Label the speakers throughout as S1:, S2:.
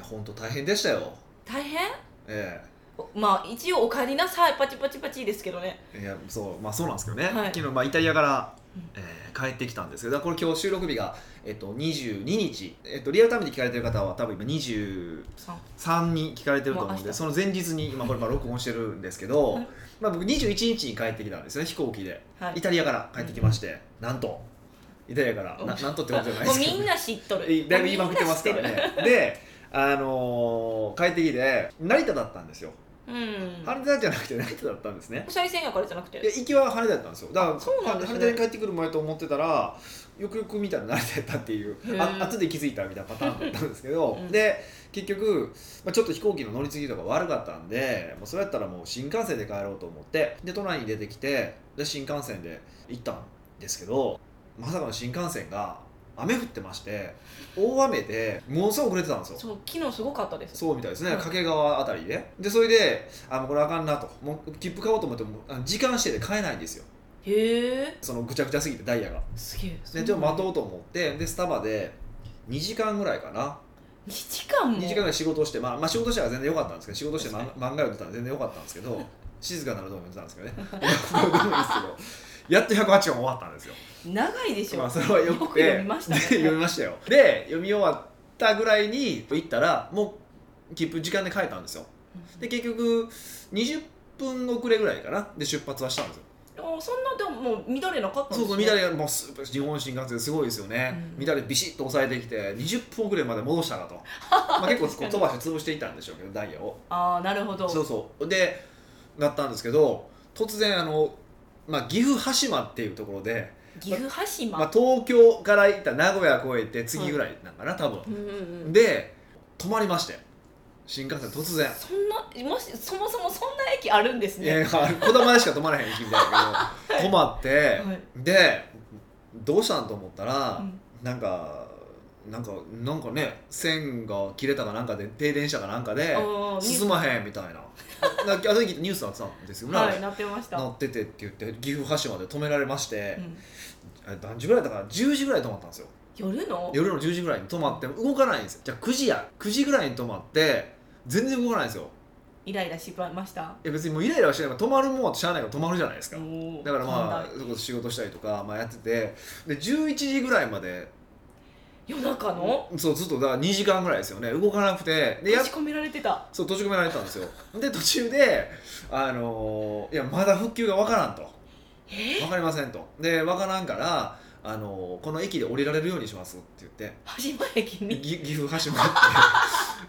S1: 本当大変でしたよ
S2: 大変
S1: え
S2: おまあ一応「おかえりなさい」パチパチパチですけどね
S1: えいやそうまあそうなんですけどね、
S2: はい
S1: 昨日、まあ、イタリアから
S2: うん、
S1: えー帰ってきたんですけどだからこれ今日収録日が、えっと、22日、えっと、リアルタイムで聞かれてる方は多分今20
S2: さん
S1: 3に聞かれてると思うん
S2: もう明
S1: で
S2: 日
S1: その前日に 今これまあ録音してるんですけど、
S2: はい
S1: まあ、僕21日に帰ってきたんですよね飛行機で
S2: は
S1: イ
S2: い
S1: タリアから帰ってきまして、なんとイタリアからななんとってことじゃないで
S2: もう
S1: すけど
S2: みんな知っと
S1: え
S2: る
S1: だいぶ言いまくってますからねであのー帰ってきて成田だったんですよ
S2: みんな知ってるうん
S1: 羽田じゃなくて成田だったんですね
S2: お三味線やからじゃなく
S1: いや
S2: て
S1: 行きは羽田だったんですよだから
S2: そうなんですね
S1: 羽田に帰ってくる前と思ってたらよくよく見たら成田やったっていう
S2: へ
S1: あ
S2: ー
S1: 後で気づいたみたいなパターンだったんですけど、
S2: うん
S1: で結局、まあ、ちょっと飛行機の乗り継ぎとか悪かったんでもうそれやったらもう新幹線で帰ろうと思ってで都内に出てきてで新幹線で行ったんですけどまさかの新幹線が雨降ってまして大雨でものすごく遅れてたんですよ
S2: そう昨日すごかったです
S1: そうみたいですね、
S2: うん
S1: 掛川あたりででそれであもうこれあかんなともう切符買おうと思ってもあの時間指定で買えないんですよ
S2: へえ
S1: そのぐちゃぐちゃすぎてダイヤが
S2: すげえ
S1: でちょっと待とうと思ってでスタバで2時間ぐらいかな
S2: 2時間も
S1: 2時間ぐらい仕事をして、まあ、まあ仕事しては全然良かったんですけど仕事して漫漫
S2: 確
S1: 画読んでたら全然良かったんですけ ど静かなる動画読んでたんですけどね どうでもいいですけどやっと108話終わったんですよ
S2: 長いでしょ、
S1: まあそれはよ
S2: よ
S1: く
S2: く
S1: て
S2: 読みましたね
S1: で 読みましたよで読み終わったぐらいに行ったらもう切符時間で帰ったんですよ
S2: うん
S1: で結局20分遅れぐらいかなで出発はしたんですよ
S2: あそんなでももう乱れなかったん
S1: そうそ
S2: です
S1: う
S2: ね
S1: 乱れがもうす日本新幹線すごいですよね、
S2: うん
S1: 乱れビシッと抑えてきて20分遅れまで戻したなとまあ結構こう飛ばして潰していったんでしょうけどダイヤを
S2: ああなるほど
S1: そうそうでなったんですけど突然あの、まあ、岐阜羽島っていうところで、
S2: 岐阜羽島、
S1: まあ、東京から行った名古屋越えて次ぐらいなんかな多分、
S2: うんうんうん
S1: で止まりまして新幹線突然
S2: そんなもしそもそもそんな駅あるんです
S1: いやい
S2: ね
S1: やこだまでしか止まらへん駅みたいだけど止まって、
S2: はい
S1: でどうしたんと思ったら、
S2: うん
S1: なんかなんかなんかね線が切れたかなんかで停電したかなんかで
S2: あー
S1: 進まへんみたいななあの時ってニュースになってたんですよね、あれ
S2: はいなってました、
S1: なっててって言って岐阜橋まで止められまして
S2: う、ん
S1: あれ何時ぐらいだから10時ぐらいに止まったんですよ
S2: 夜の
S1: 夜の10時ぐらいに止まって動かないんですよじゃあ9時や9時ぐらいに止まって全然動かないんですよ
S2: イライラしました
S1: いや別にもうイライラはしてないから止まるもんはしゃあないから止まるじゃないですか、だか
S2: だ
S1: らまあそこ仕事したりとか、まあ、やっててで11時ぐらいまで
S2: 夜中の
S1: そうずっとだから2時間ぐらいですよね動かなくてでや
S2: 閉じ込められてた
S1: そう閉じ込められたんですよで途中で、あのーいやまだ復旧がわからんと
S2: え
S1: わかりませんとでわからんから、あのーこの駅で降りられるようにしますって言っ
S2: 羽島駅
S1: て
S2: に
S1: ぎ岐阜橋ま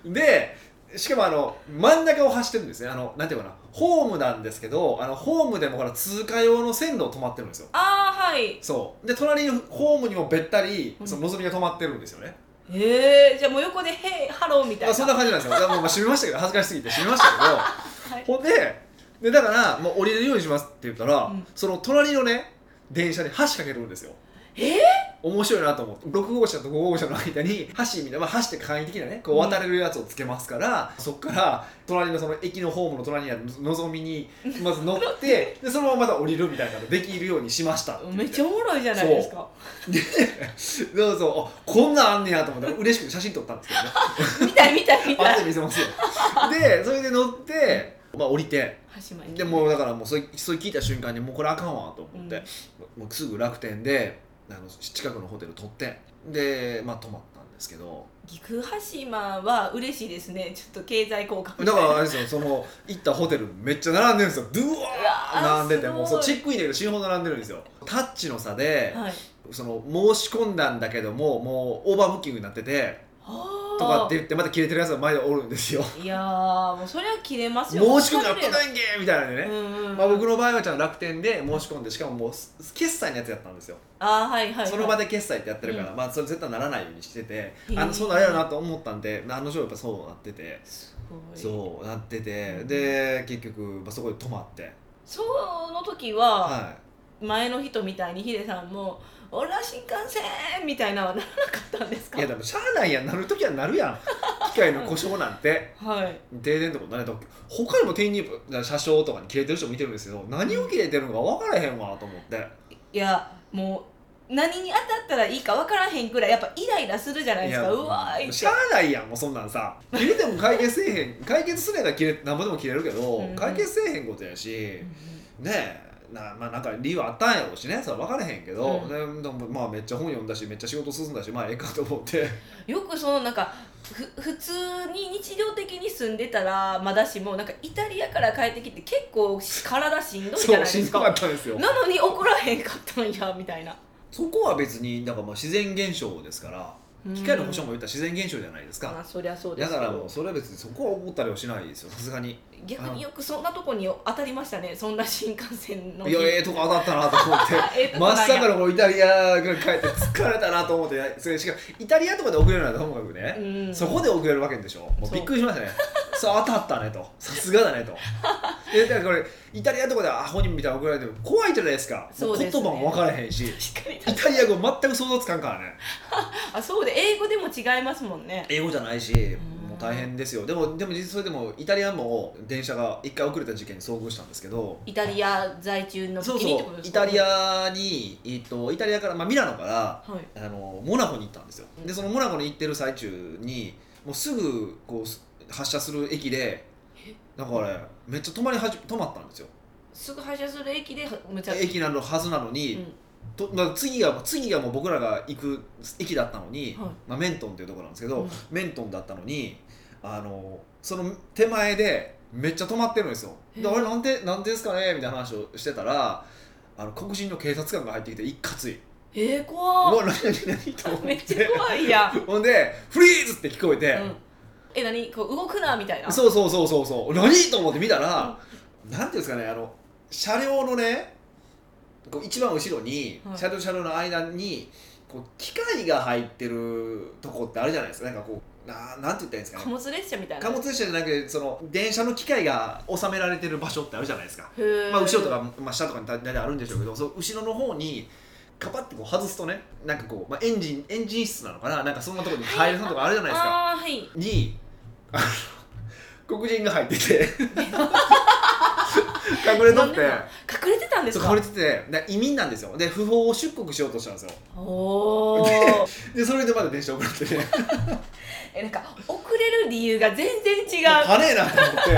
S1: ででしかもあの真ん中を走ってるんですねあのなんていうかなホームなんですけどあのホームでもほら通過用の線路を止まってるんですよ
S2: ああはい
S1: そうで隣のホームにもべったり
S2: うん
S1: そののぞみが止まってるんですよね、
S2: えー、じゃあもう横で「へいハロー」み
S1: ま
S2: たい
S1: あ、
S2: な
S1: そんな感じなんですよだからもうまあ閉めましたけど恥ずかしすぎて閉めました
S2: はい
S1: け どほんででだからもう降りれるようにしますって言ったら、
S2: うん
S1: その隣のね電車に橋かけるんですよ
S2: えー
S1: 面白いなと思って6号車と5号車の間に橋みたいな、まあ、橋って簡易的なねこう渡れるやつをつけますから、そっから隣のその駅のホームの隣にあるのぞみにまず乗ってでそのまままた降りるみたいなのできるようにしましたって言って
S2: めっちゃおもろいじゃないですか
S1: でそうそうあこんなんあんねやと思って嬉しく写真撮ったんですけど ね
S2: 見たい見たい見た
S1: 後
S2: い
S1: で見せますよでそれで乗って、まあ、降りて
S2: 羽島駅
S1: でもうだからもうそれそれ聞いた瞬間にもうこれあかんわと思って、
S2: うん
S1: もうすぐ楽天であの近くのホテル取ってでまあ泊まったんですけど
S2: 岐阜羽島は嬉しいですねちょっと経済効果み
S1: だ
S2: たい
S1: から
S2: な
S1: あれですよその行ったホテルめっちゃ並んでるんですよドゥワー並んでて
S2: うわー
S1: もうそうチ
S2: すご
S1: ェックイ
S2: い
S1: ンだけど死ぬほど並んでるんですよタッチの差で、
S2: はい
S1: その申し込んだんだけどももうオーバーブッキングになってて
S2: はあ
S1: とかって言ってまた切れてるやつが前でおるんですよ
S2: いやーもうそりゃ切れます
S1: 申
S2: よ
S1: し込みやってないんけみたいなね、
S2: うんうんうん
S1: まあ、僕の場合はちゃんと楽天で申し込んでしかももうす決済のやつやったんですよ、
S2: あーはいはいはい
S1: その場で決済ってやってるから、
S2: う
S1: まあそれ絶対ならないようにしてて
S2: ー
S1: あのそうなるよなと思ったんであの女やっぱそうなってて
S2: すごい
S1: そうなってて
S2: うん
S1: で結局、まあ、そこで泊まって
S2: その時は、
S1: は
S2: 前の人みたいにヒデさんも「俺は新幹線!」みたいなのはならなかったんです
S1: い
S2: か
S1: いやでもしゃあないやんなる時はなる やん機械の故障なんて
S2: はい
S1: 停電とかなれた他にも転入車掌とかに切れてる人もいてるんですけど何を切れてるのか分からへんわと思って
S2: いやもう何に当たったらいいか分からへんくらいやっぱイライラするじゃないですかうわーい
S1: しゃあないやんもうそんなんさ切れても解決せえへん解決すれば切れなんぼでも切れるけど、
S2: うんうん
S1: 解決せえへんことやしねえなまあ、なんか理由あったんやろうしねそれ分からへんけど、
S2: う
S1: で
S2: ん
S1: でもまあめっちゃ本読んだしめっちゃ仕事進んだしまあええかと思って
S2: よくそのなんかふ普通に日常的に住んでたらまだしもなんかイタリアから帰ってきて結構体しんどいじゃ
S1: そ
S2: な
S1: う
S2: い
S1: し
S2: で
S1: ん
S2: す
S1: ど
S2: か
S1: かったんですよ
S2: なのに怒らへんかったんやみたいな
S1: そこは別にだからまあ自然現象ですから機械の保証も言ったら自然現象じゃないです
S2: ま
S1: か
S2: あ、そりゃそうで
S1: だ
S2: すけ
S1: からも
S2: ど
S1: うそれは別にそこは思ったりはしないですよさすがに
S2: 逆によくそんなとこに当たりましたねそんな新幹線の
S1: いやええとこ当たったなと思 って
S2: あええとこ
S1: ま
S2: な
S1: っ
S2: んや
S1: さかのこうイタリアから帰って疲れたなと思ってそれしかもイタリアとかで遅れるなんてともかくね、
S2: うん
S1: そこで遅れるわけでしょもう
S2: そう
S1: びっくりしましたね そう当たったねとさすがだ ねとえだからこれイタリアとかでアホにみたいな遅れられても怖いじゃないですかも
S2: そうです
S1: 言
S2: ね
S1: 葉も分からへんしイ
S2: 確かに
S1: タリア語全く想像つかんからね
S2: あそうで英語でも違いますもんね
S1: 英語じゃないし
S2: ん
S1: もう大変ですよでもでも実それでもイタリアも電車が一回遅れた事件に遭遇したんですけど
S2: イタリア在住の
S1: そう
S2: 時にっ
S1: そ
S2: て
S1: う
S2: ことで
S1: イ
S2: す
S1: タ
S2: か
S1: リアに、えっとイタリアから、まあ、ミラノから
S2: はい
S1: あのモナコに行ったんですよでそのモナコに行ってる最中にもうすぐこうす発車する駅でだからめっちゃ止まりはじ止まったんですよ
S2: すぐ配車する駅でむちゃ
S1: 駅なのはずなのに、
S2: うん
S1: とまあ、次が次がもう僕らが行く駅だったのに、
S2: はい
S1: まあ、メントンっていうところなんですけど、
S2: うん
S1: メントンだったのにあのその手前でめっちゃ止まってるんですよで
S2: へー
S1: あれなんでなんでですかねみたいな話をしてたらあの黒人の警察官が入ってきて一括いう
S2: えー、
S1: わ
S2: 怖
S1: 何
S2: っ
S1: 何何と思って
S2: めっちゃ怖いやん、う
S1: ほんで「フリーズ!」って聞こえて、
S2: ん、え何こう動くなみたいな
S1: そうそうそうそうそう何と思って見たら、なんていうんですかねあの車両のねこう一番後ろに、
S2: はい
S1: 車両と車両の間にこう機械が入ってるとこってあるじゃないですかなんかこうななんて言ったらいいんですか
S2: 貨
S1: ね
S2: 物列車みたいな
S1: 貨物車じゃなくてその電車の機械が収められてる場所ってあるじゃないですか、
S2: へー
S1: まあ、後ろとか、まあ、下とかに大体あるんでしょうけどそう後ろの方にカパッてこう外すとねなんかこう、まあ、エンジンエンジン室なのかななんかそんなとこに入るのとかあるじゃないですか
S2: あーはい
S1: にあの黒人が入ってて隠れと
S2: な
S1: っ
S2: んで
S1: て
S2: なん隠れてたんです
S1: そう隠
S2: か
S1: れててで移民なんですよで不法を出国しようとしたんですよ
S2: おお
S1: でそれでまだ電車遅れてて
S2: えなんか遅れる理由が全然違う
S1: パねえなと思って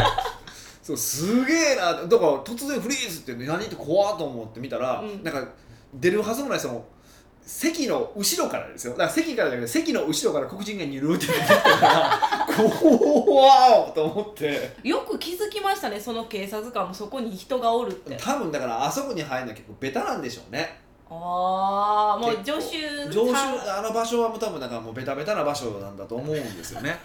S1: そうすげえなだから突然フリーズって何って怖っと思って見たら、
S2: うん
S1: なんか出るはずもないその席の後ろからですよだから席からじゃなくて席の後ろから黒人がニュルって出てきたから怖っと思って。
S2: よく気づきましたねその警察官もそこに人がおるって
S1: 多分だからあそこに入るのは結構ベタなんでしょうね
S2: ああもう
S1: 結
S2: 助
S1: 構
S2: 手
S1: 常
S2: さん
S1: 習あの場所はもう多分だからもうベタベタな場所なんだと思うんです よね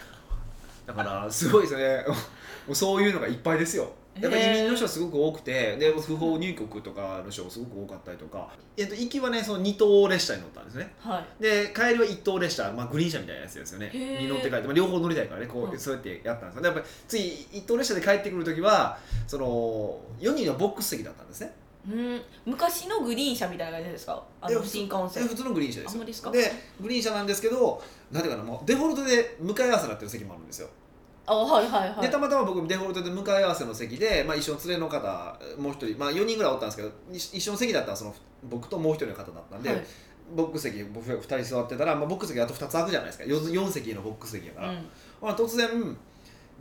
S1: だからすごいですね もうそういうのがいっぱいですよやっぱり移民の人はすごく多くてで不法入国とかの人がすごく多かったりとか、えっと、行きはねその2等列車に乗ったんですね
S2: はい
S1: で帰りは一等列車、まあ、グリーン車みたいなやつですよね
S2: へー
S1: に乗って帰って、まあ、両方乗りたいからねこう、
S2: うん
S1: そうやってやったんですよでやっぱり次一等列車で帰ってくる時はその4人のボックス席だったんですね
S2: うん昔のグリーン車みたいな感じですかあ
S1: いや
S2: の
S1: 普通
S2: 新幹
S1: え
S2: 線
S1: 普通のグリーン車です
S2: あ
S1: よ
S2: ほんまですか
S1: グリーン車なんですけどなんていうかなもうデフォルトで向かい合わせになってる席もあるんですよ、
S2: あはいはいはい
S1: でたまたま僕デフォルトで向かい合わせの席で、まあ、一緒の連れの方もう一人、まあ、4人ぐらいおったんですけどい一緒の席だったらその僕ともう一人の方だったんで、
S2: はい
S1: ボックス席僕2人座ってたら、まあ、ボックス席あと2つ空くじゃないですか 4, 席のボックス席やから、
S2: うん
S1: ほら突然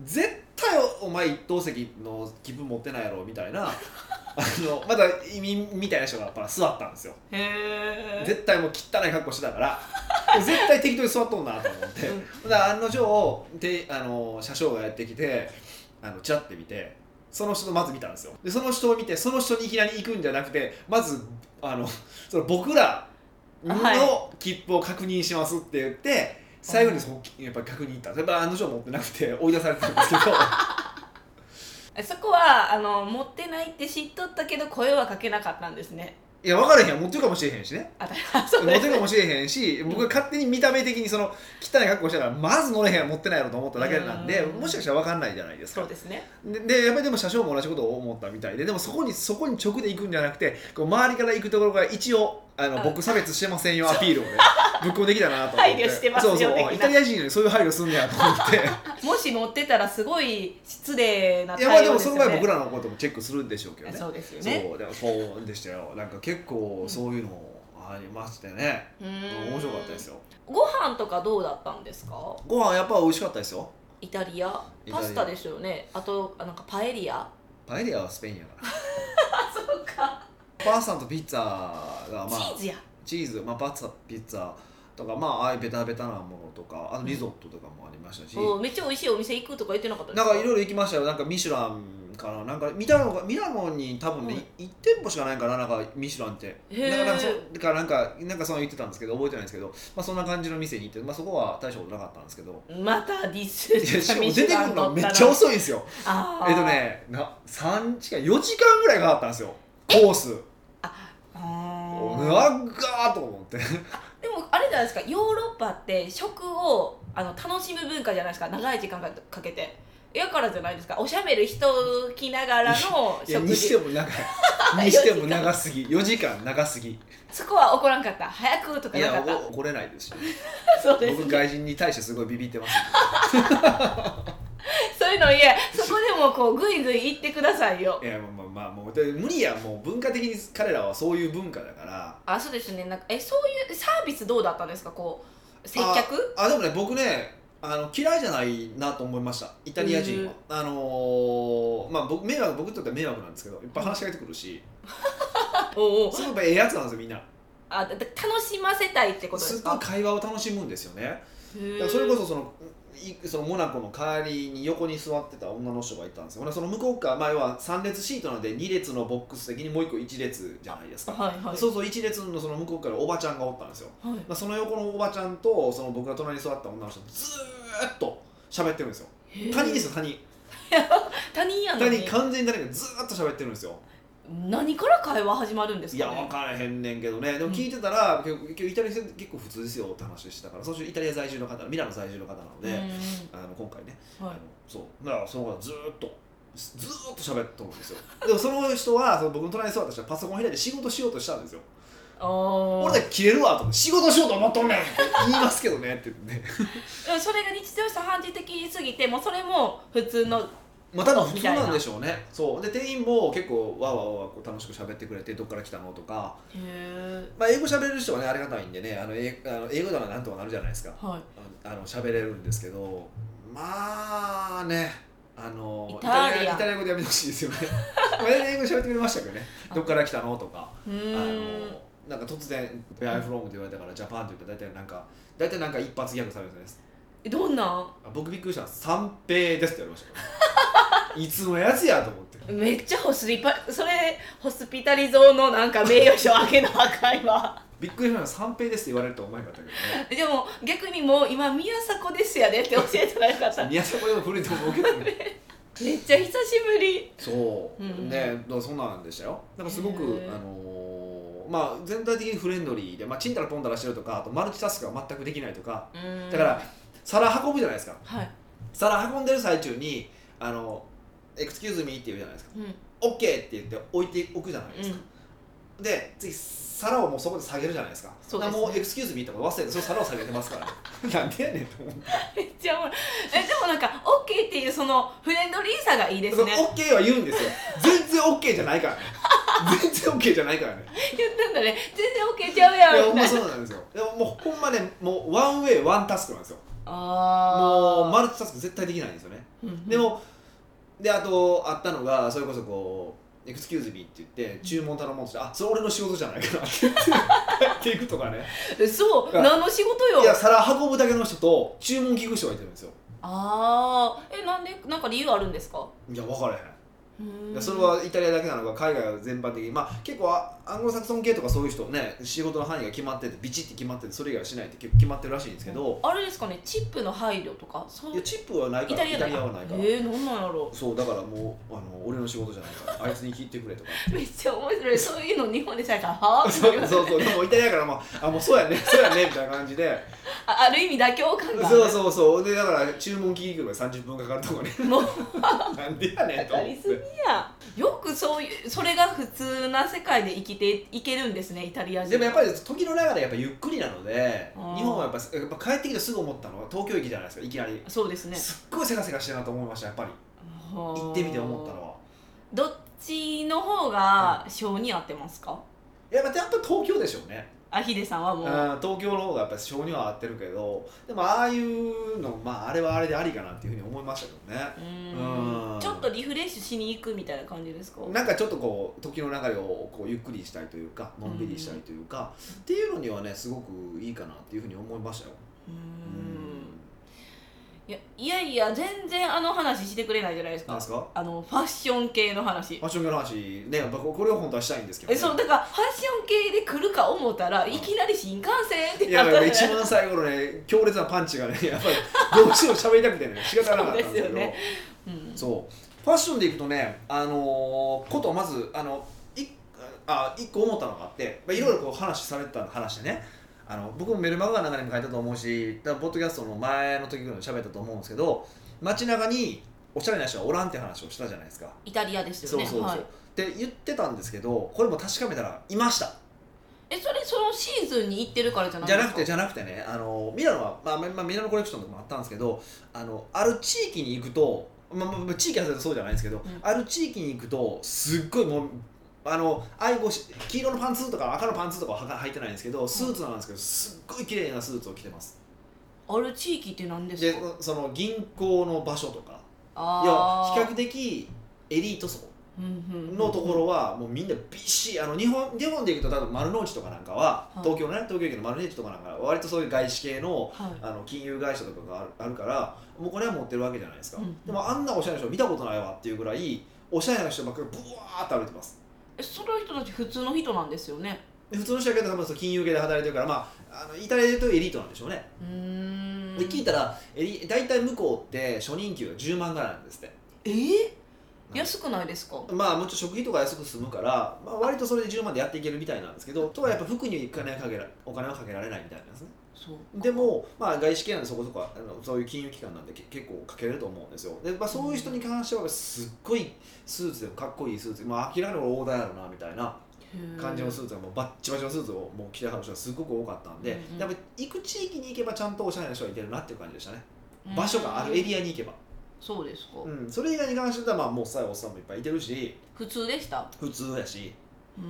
S1: 絶対お前一等席の切符持ってないやろみたいな あのまだ移民みたいな人がやっぱ座ったんですよ
S2: へえ
S1: 絶対もう汚い格好してたから 絶対適当に座っとんなと思って、
S2: うん
S1: ほんなら案の定てあの車掌がやってきてあのチラッて見てその人をまず見たんですよでその人を見てその人にいきなり行くんじゃなくてまずあのその僕らの切符を確認しますって言って、最後にそこやっぱり確認行ったんですやっぱ案の定持ってなくて追い出されてたんです けど
S2: そこはあの持ってないって知っとったけど声はかけなかったんですね
S1: いや分からへんやん持ってるかもしれへんしね
S2: あだから そう
S1: 乗
S2: で
S1: って
S2: す
S1: るかもしれへんし僕が勝手に見た目的にその汚い格好してたらまず乗れへんや持ってないやろと思っただけなんで
S2: うん
S1: もしかしたら分かんないじゃないです
S2: そ
S1: か
S2: うですね
S1: ででやっぱりでも車掌も同じことを思ったみたいででもそこにそこに直で行くんじゃなくてこう周りから行くところが一応あの
S2: あ
S1: 僕差別してませんよアピールをねぶっこんできたなと思って
S2: 配慮してますよ
S1: そうそう
S2: 的
S1: あ
S2: な
S1: イタリア人にそういう配慮すんねやと思って
S2: もし持ってたらすごい失礼ない
S1: やまあ
S2: 対
S1: で
S2: 応
S1: も
S2: です
S1: そ
S2: よ
S1: の場
S2: ね
S1: 合僕らのこともチェックするんでしょうけどね
S2: そうですよね
S1: そうでもそうでしたよなんか結構そういうのあありましてね
S2: うーん
S1: 面白かったですよ
S2: ご飯とかどうだったんですか
S1: ご飯やっぱ美味しかったですよ
S2: イタリア
S1: イタリア
S2: パスタですよねあとあなんかパエリアあ
S1: パエリアはスペインやか
S2: そうか、
S1: らパスタとピッツァがま
S2: チ
S1: あ
S2: ーズや
S1: チーズ、まあ、パスタピッツァとかまあああいうベタベタなものとかあのリゾットとかもありましたし、
S2: うんめっちゃ美味しいお店行くとか言ってなかったで
S1: な
S2: す
S1: んかいろいろ行きましたよなんかミシュランからなんかミラノがミラノに多分ね、
S2: うん
S1: 1店舗しかないんかななんかミシュランって
S2: へー
S1: なんかなんかそかなんかなんかその言ってたんですけど覚えてないんですけど、まあ、そんな感じの店に行って、まあ、そこは大したことなかったんですけど
S2: またディスっ
S1: いや
S2: て
S1: しかも
S2: ミ
S1: 出て
S2: シュ
S1: く
S2: ラ
S1: る
S2: ン取
S1: のめ
S2: た
S1: っ
S2: ら
S1: ちゃ遅いんですよ
S2: あー
S1: えっとねな3時間4時間ぐらいかかったんですよコース
S2: あー
S1: うわっがーと思って
S2: でもあれじゃないですかヨーロッパって食をあの楽しむ文化じゃないですか長い時間かかけてやからじゃないですかおしゃべりしときながらの
S1: いや
S2: 食
S1: にし
S2: 事
S1: ても長いにしても長すぎ4時間長すぎ
S2: そこは怒らんかった早くとか
S1: い
S2: なか
S1: や
S2: った
S1: お怒れないですし
S2: そうです
S1: 僕外人に対してすごいビビってます
S2: そういうのいえそこでもこうグイグイ行ってくださいよ
S1: いやまあまあまあもうで無理やもう文化的に彼らはそういう文化だから
S2: あそうですねなんかえそういうサービスどうだったんですかこう接客
S1: あでもね僕ねあの嫌いじゃないなと思いましたイタリア人はあのーまあ僕迷惑僕にとっては迷惑なんですけどいっぱい話しかけてくるし
S2: おうおう
S1: すごくええやつなんですよみんな
S2: あだだ楽しませたいってことですす
S1: ごい
S2: か
S1: 会話を楽しむんですよねだ
S2: へ
S1: か
S2: ー
S1: らそれこそそのいそのモナコの帰りに横に座ってた女の人がいたんですよほなその向こう側、まあ、要は3列シートなんで2列のボックス的にもう1個1列じゃないですか
S2: はいはい
S1: そうそう1列のその向こうからおばちゃんがおったんですよ
S2: はい
S1: まあ、その横のおばちゃんとその僕が隣に座った女の人とずーっと喋ってるんですよ
S2: へー
S1: 他人ですよ他人
S2: 他人やの
S1: 他
S2: に
S1: 人完全に誰かずーっと喋ってるんですよ
S2: 何から会話始まるんです
S1: い
S2: か、
S1: や
S2: ね、
S1: 分からへんねんけどねでも聞いてたら、結構結構イタリア人結構普通ですよって話してたからそしてイタリア在住の方ミラノ在住の方なので、
S2: う
S1: あの今回ね、
S2: んは
S1: あ
S2: い
S1: のそうだからその方がずーっとずずーっと喋っとるんですよでもその人はその僕の隣に座った人はパソコン開いて仕事しようとしたんですよ
S2: あー
S1: 俺だけ切れるわと思って仕事しようと思っとんねんって言いますけどねって言ってね
S2: うんそれが日常茶飯事的すぎてもうそれも普通の
S1: まあ多分普通なんでしょうねそうで店員も結構わーわーわーわーこう楽しく喋ってくれてどっから来たのとか、
S2: へえ
S1: まあ、英語喋れる人はねありがたいんでねあの英あの英語ならなんとかなるじゃないですか
S2: はい
S1: あの喋れるんですけどまあねあの
S2: イタリア
S1: イタリア語でやめてほしいですよね まあ英語喋ってみましたけどねどっから来たのとかあ
S2: うーん
S1: のなんか突然「Where are you from?」って言われたから「ジャパン」って言ったら大体なんか大体なんか一発ギャグされるんです
S2: えどんなん
S1: あ僕びっくりしたの三平です」って言われましたからね いつのやつやと思って。
S2: めっちゃホスリパそれホスピタリゾーのなんか名誉賞あげなあかんわ
S1: びっくりしたのは三平ですって言われるとは思わなかったけど
S2: でも逆にもう今宮迫ですやでって教えたらよか った
S1: ね宮迫でも古いと思うけどね
S2: めっちゃ久しぶり
S1: そう、
S2: うん
S1: ねだからそんなんでしたよなんかすごく
S2: へー
S1: あのーまあ全体的にフレンドリーで、まあ、チンタラポンタラしてるとかあとマルチタスクが全くできないとかだから皿運ぶじゃないですか
S2: はい、
S1: 皿運んでる最中に「あのエクスキューズミー」って言うじゃないですか
S2: うん
S1: 「OK」って言って置いておくじゃないで
S2: う
S1: す
S2: ん
S1: か、で次皿をもうそこで下げるじゃないですか
S2: そうですね
S1: だからもう「エクスキューズミー」ってこと忘れてその皿を下げてますからね なんでやねんと思って。
S2: めっちゃおもろいえでもなんか OK っていうそのフレンドリーさがいいです
S1: そ
S2: ね
S1: の OK は言うんですよ全然 OK じゃないから ね全然 OK じゃないからね
S2: 言ったんだね全然 OK ちゃうや
S1: いや
S2: ん
S1: ほん
S2: みた
S1: ま
S2: いな
S1: そうなんですよでももうほんまねもうワンウェイワンタスクなんですよ
S2: あ
S1: もうマルチタスク絶対できないんですよね
S2: ーうん
S1: でもであとあったのがそれこそこう「エクスキューズビー」って言って注文頼もうとして「あそれ俺の仕事じゃないから」って言って帰っていくとかね
S2: えそう
S1: いや
S2: 何の仕事よ
S1: いや皿運ぶだけの人と注文聞く人がいてるんですよ
S2: ああえなんでなんか理由あるんですか
S1: いや分からへん
S2: うーん
S1: それはイタリアだけなのか海外は全般的に、まあ、結構あアングロサクソン系とかそういう人ね仕事の範囲が決まっててビチって決まっててそれ以外はしないって結構決まってるらしいんですけど、
S2: あれですかねチップの配慮とかそう
S1: いやチップはないからイタリアはないから、
S2: えー、なんなんやろ
S1: そうだからもうあの俺の仕事じゃないからあいつに聞いてくれとか
S2: めっちゃ面白いそういうの日本でされたらは あ
S1: そうそう そうでもイタリアやからもうあもうそうや ねそうやねみたいな感じで
S2: あある意味妥協感が
S1: そうそうそうでだから注文聞いてくれ30分かかるとか ね
S2: もう
S1: なんでやねんと
S2: 当た
S1: 思っ
S2: りす
S1: て
S2: ぎやよくそういうそれが普通な世界で生きていけるんですねイタリア人
S1: でもやっぱ
S2: り
S1: り時の流れやっぱゆっくりなので日
S2: あー
S1: 本はやっぱやっぱ帰ってきてすぐ思ったのは東京駅じゃないですかいきなり
S2: そうですね
S1: すっごいせかせかしてるなと思いましたやっぱり行
S2: 行
S1: ってみて思ったのは
S2: どっちの方が性に合ってますか
S1: いやまたやっぱ東京でしょうね
S2: あヒデさんはもう、
S1: うん東京の方がやっぱり性には合ってるけどでもああいうの、まあ、あれはあれでありかなっていうふうに思いましたけどね
S2: うー
S1: うんん
S2: ちょっとリフレッシュしに行くみたいな感じですか
S1: なんかちょっとこう時の流れをこうゆっくりしたいというかのんびりしたいというか、っていうのにはねすごくいいかなっていうふうに思いましたよ。
S2: うーんいやいやいや全然あの話してくれないじゃないです
S1: なん
S2: か
S1: ですか
S2: あのファッション系の話
S1: ファッション系の話ねやっぱこれを本当はしたいんですけど、
S2: え
S1: ね、
S2: そうだからファッション系で来るか思ったらいきなり新幹線って
S1: い
S2: な
S1: や
S2: っ
S1: だ
S2: た
S1: か
S2: じ
S1: ら
S2: ゃ
S1: 一
S2: ない
S1: 番最後のね強烈なパンチがねやっぱりどうしても喋りたくてね仕方がなかったんですけ
S2: そう
S1: ど
S2: ですよねうん
S1: そうファッションでいくとねあのーことまずあのいあ一個思ったのがあってまあいろいろこう話されてた話でねあの僕もメルマガの中にも書いたと思うし多分ポッドキャストの前の時ぐらいに喋ったと思うんですけど街中におしゃれな人はおらんって話をしたじゃないですか。
S2: イタリアですよね
S1: そうそうそう、
S2: はい、
S1: って言ってたんですけどこれも確かめたらいました
S2: えそれそのシーズンに行ってるからじゃない
S1: じ
S2: で
S1: ゃ
S2: すか
S1: なくてじゃなくてねあのミラノは、まあまあまあ、ミラノコレクションとかもあったんですけどあのある地域に行くと、まあまあまあ、地域はそうじゃないんですけど、
S2: ん
S1: ある地域に行くとすっごいもうあの愛護し黄色のパンツとか赤のパンツとかはは履いてないんですけどスーツなんですけどすっごい綺麗なスーツを着てます
S2: ある地域って何です
S1: で
S2: か
S1: その銀行の場所とかいや
S2: あ
S1: 比
S2: ー
S1: 較的エリート層
S2: うんうんうん
S1: のところはもうみんなびっしりあの日本日本で行くと多分丸の内とかなんかは
S2: はい
S1: 東京のね東京駅の丸の内とかなんかは割とそういう外資系の
S2: はい
S1: あの金融会社とかがあるあるからもうこれは持ってるわけじゃないですか、
S2: うん
S1: でもあんなおしゃれな人見たことないわっていうぐらいおしゃれな人ばっかりブワーって歩いてます
S2: えその人たち普通の人なんですよね
S1: で普通の人だけど多分その金融系で働いてるからまああのイタリアで言うとエリートなんでしょうね、
S2: うーん
S1: で聞いたらエリ大体向こうって初任給が10万ぐらいなんですって
S2: えー、安くないですか
S1: まあもちろん食費とか安く済むから、まあ、割とそれで10万でやっていけるみたいなんですけどとはやっぱ服にお金はかけらお金はかけられないみたいなんですね
S2: そう
S1: でも、まあ、外資系なんでそこそこあのそういう金融機関なんでけ結構かけれると思うんですよで、まあ、そういう人に関してはすっごいスーツでもかっこいいスーツ、まあ、明らかにオーダーやろうなみたいな感じのスーツがもうバッチバチのスーツをもう着てはる人がすごく多かったんで、
S2: うんうん
S1: やっぱ行く地域に行けばちゃんとおしゃれな人がいてるなっていう感じでしたね
S2: うん
S1: 場所があるエリアに行けば、
S2: そうですか、
S1: うん、それ以外に関してはまあもうさえおっさんもいっぱいいてるし
S2: 普通でした
S1: 普通やし、
S2: うー
S1: う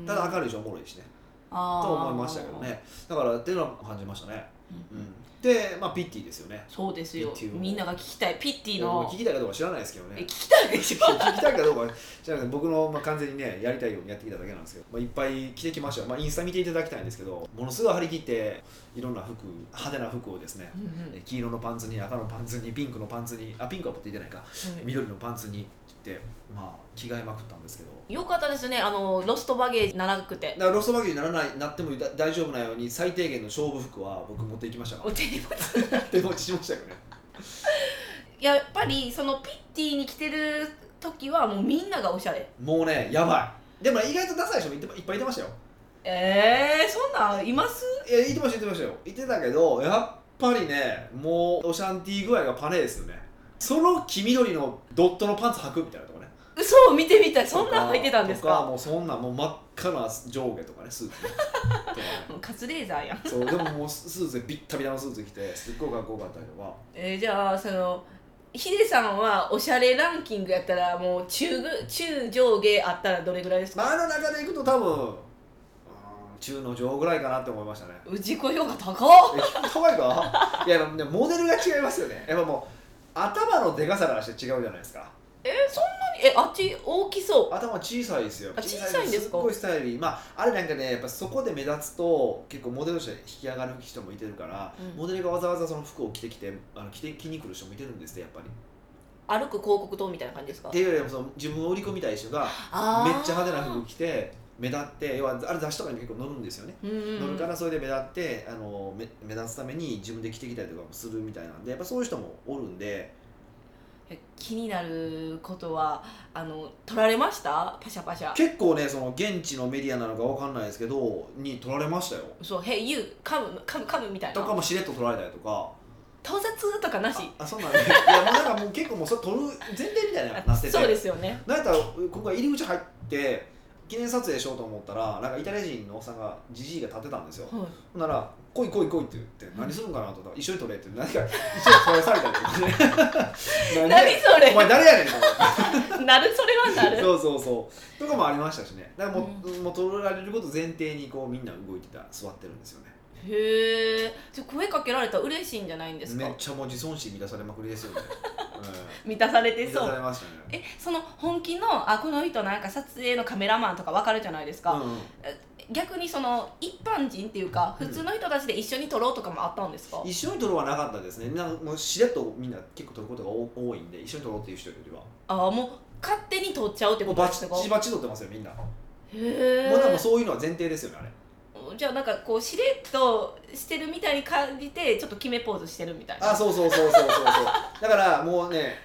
S1: ん
S2: ん
S1: ただ明るいしおもろいしね
S2: あー
S1: と思いましたけどねだからっていうのは感じましたね、
S2: う
S1: うんん、で、まあ、ピッティですよね
S2: そうですよ
S1: ピッティを
S2: みんなが聞きたいピッティ
S1: もう
S2: の
S1: 聞きたいかどうか知らないですけど
S2: え聞
S1: ね
S2: きたいでしょ
S1: 聞きたいかどうか知らない僕の、まあ、完全にねやりたいようにやってきただけなんですけど、まあ、いっぱい着てきましたよ、まあ、インスタ見ていただきたいんですけどものすごい張り切っていろんな服派手な服をですね
S2: うんうん
S1: え黄色のパンツに赤のパンツにピンクのパンツにあピンクは持っていてないか
S2: うん
S1: 緑のパンツに着て、まあ、着替えまくったんですけど
S2: よかったですねあのロストバゲージ長くて
S1: だからロストバゲーにならないなってもだ大丈夫なように最低限の勝負服は僕持っていきましたか
S2: お
S1: ら
S2: 手荷物
S1: 手持ちしましたよね
S2: やっぱりそのピッティに来てる時はもうみんながおしゃれ
S1: もうねやばいでも意外とダサい人もいていっぱいいてましたよ
S2: えー、そんなんいます
S1: いや、言ってました、言ってましたよ。言ってたけど、やっぱりね、もう、オシャンティー具合がパネですよね。その黄緑のドットのパンツ履くみたいなとかね。
S2: 嘘を見てみたいそんなん入ってたんです
S1: とか、
S2: か
S1: もうそんな、もう真っ赤な上下とかね、スーツねとかね。
S2: もうカツレーザーやん、
S1: そう、でももうスーツでビッタビタのスーツ着て、すっごいかっこよかったりとか。
S2: えー、じゃあそのヒデさんはおしゃれランキングやったらもう中ぐ中上下あったらどれぐらいですか、
S1: まあ、あの中でいくと多分、うん中の上ぐらいかなって思いましたね。
S2: 自己評価高っ
S1: え、可愛いかいや、でもねモデルが違いますよね。やっぱもう、頭のでかさからして違うじゃないですか。
S2: えー、そんなにえあっち大きそう
S1: 頭小さいですよ
S2: あ小さいんですか
S1: っごいスタイリーまああれなんかねやっぱそこで目立つと結構モデルとして引き上がる人もいてるから、
S2: うん
S1: モデルがわざわざその服を着てきてあの着て着に来る人もいてるんですってやっぱり
S2: 歩く広告塔みたいな感じですか
S1: っていうよりもその自分を売り込みたい人が
S2: あ
S1: め
S2: ー
S1: っちゃ派手な服着て目立って要はあれ雑誌とかに結構載るんですよね
S2: うんうんうん
S1: 乗るからそれで目立ってあの目目立つために自分で着てきたりとかもするみたいなんでやっぱそういう人もおるんで
S2: え気になることはあの取られましたパシャパシャ
S1: 結構ねその現地のメディアなのかわかんないですけどに撮られましたよ
S2: そう「へい you カムカムカム」みたいな
S1: とかもしれっと撮られたりとか
S2: 盗撮とかなし
S1: ああそうなんだ、いやもうなんかもう結構もうそれ取る前提みたいになってて
S2: そうですよね
S1: なんやったら今回入り口入って記念撮影しようと思ったらなんかイタリア人のおっさんがじじいが立ってたんですよ
S2: はい
S1: ほんなら「来い来い来い」って言って
S2: ん
S1: 何するんかなと思ったら「一緒に撮れ」って何か一緒に撮らされたりとかね何
S2: 何
S1: で
S2: そ れ
S1: お前誰やねんと思って
S2: なるそれはなる
S1: そうそうそうとかもありましたしねだからもう,、もう撮られること前提にこうみんな動いてた座ってるんですよね
S2: へえじゃあ声かけられたら嬉しいんじゃないんですか
S1: めっちゃもう自尊心満たされまくりです よね、
S2: 満たされ
S1: うん、
S2: て
S1: 満
S2: そ
S1: たさ
S2: う
S1: れましたね
S2: えその本気のあこの人なんか撮影のカメラマンとかわかるじゃないですか、
S1: うんうん
S2: 逆にその一般人っていうか
S1: うん
S2: 普通の人たちで一緒に撮ろうとかもあったんですか、
S1: 一緒に撮るはなかったですねなんかもうしれっとみんな結構撮ることが多多いんで一緒に撮ろうっていう人よりは
S2: ああもう勝手に撮っちゃうって
S1: も
S2: こ
S1: う
S2: と
S1: バ
S2: です
S1: チ
S2: か
S1: バチバチ撮ってますよみんな、
S2: へえ
S1: もうでもそういうのは前提ですよねあれ
S2: じゃあなんかこうしれっとしてるみたいに感じてちょっと決めポーズしてるみたいな
S1: あそうそうそうそうそうそうだからもうね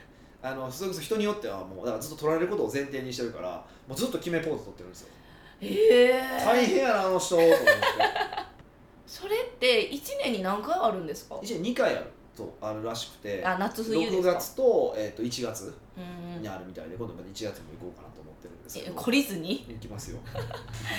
S1: あのそれこそ人によってはもうだからずっと撮られることを前提にしてるからもうずっと決めポーズ撮ってるんですよ
S2: へえ
S1: 大変やなあの人と思って
S2: それって1年に何回あるんですか
S1: 一年2回あるとあるらしくて
S2: あ夏冬で
S1: 6
S2: すか
S1: 月と,、えー、と1月
S2: う
S1: に
S2: ん
S1: あるみたいで今度また1月も行こうかなと思ってるんですけ
S2: え
S1: ど
S2: 懲りずに
S1: 行きますよ行きま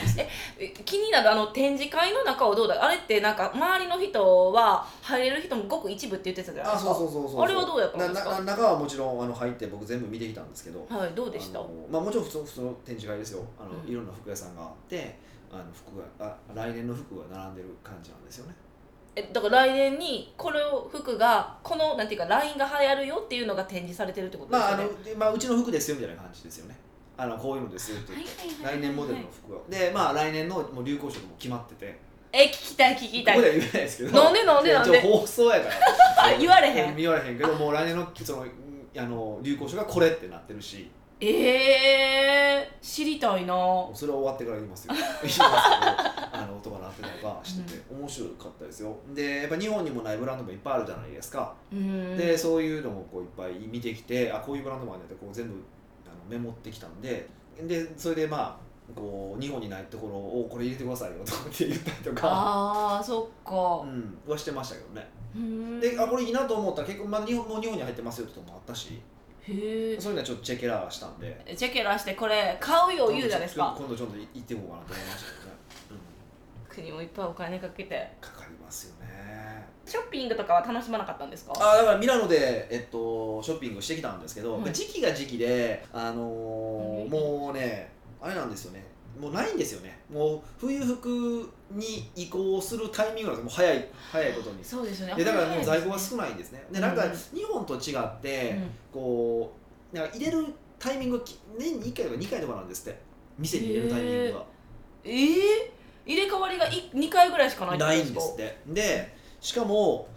S1: すよ
S2: え気になるあの展示会の中をどうだあれってなんか周りの人は入れる人もごく一部って言ってたじゃな
S1: あ
S2: いですか
S1: そうそうそうそうそう
S2: あれはどうやったんですか
S1: なな中はもちろんあの入って僕全部見てきたんですけど
S2: はいどうでした
S1: あのまあ、もちろん普通普通の展示会ですよあの、
S2: うん
S1: いろんな服屋さんがあってあの服があ来年の服が並んでる感じなんですよね
S2: えだから来年にこれを服がこのなんていうかラインが流行るよっていうのが展示されてるってことです
S1: まあ
S2: よ
S1: あ
S2: ね、
S1: の、でまあ、うちの服ですよみたいな感じですよねあのこういうのですよって言って
S2: はいはい
S1: 来
S2: はいはい
S1: 年モデルの服をでまあ来年のもう流行色も決まってて
S2: え聞きたい聞き
S1: こ
S2: た
S1: こ
S2: い
S1: では言えないですけど
S2: なんでなんで なん
S1: いや
S2: で
S1: 一応放送やから
S2: あ 言われへん
S1: 見われへんけどもう来年のそのうんあの流行色がこれってなってるし
S2: えー、知りたいな
S1: もうそれは終わってから言い ますよ言いますけどあの音が鳴ってたりとかしてて、面白かったですよでやっぱ日本にもないブランドもいっぱいあるじゃないですか
S2: うん
S1: でそういうのもこういっぱい見てきてあこういうブランドもあるんだってこう全部あのメモってきたんででそれでまあこう日本にないところをこれ入れてくださいよとかって言ったりとか、
S2: ああそっ
S1: う
S2: か
S1: ん、はしてましたけどね
S2: うん
S1: であこれいいなと思ったら結構、まあ、日本もう日本に入ってますよってとこもあったし
S2: へえ
S1: そういうのはちょっとチェケラーしたんで
S2: チェケラしてこれ買うよ言うじゃないですか
S1: 今度ちょっと行っていこうかなと思いましたけどね、う
S2: 国もいっぱいお金かけて
S1: ん、かかりますよね
S2: ショッピングとかは楽しまなかったんですか
S1: あだからミラノで、えっと、ショッピングしてきたんですけど、
S2: はい
S1: 時期が時期で、あのー
S2: うん
S1: もうねあれなんですよねもうないんですよねもう冬服に移行するタイミングなんですもう早い早いことに
S2: そうですよね
S1: でだからもう在庫が
S2: は
S1: 少ないんですねでなんか
S2: うん
S1: 日本と違って、こうなんか入れるタイミングがき年に1回とか2回とかなんですって店に入れるタイミングが
S2: えー、入れ替わりがい2回ぐらいしかない
S1: ないんですってでしかも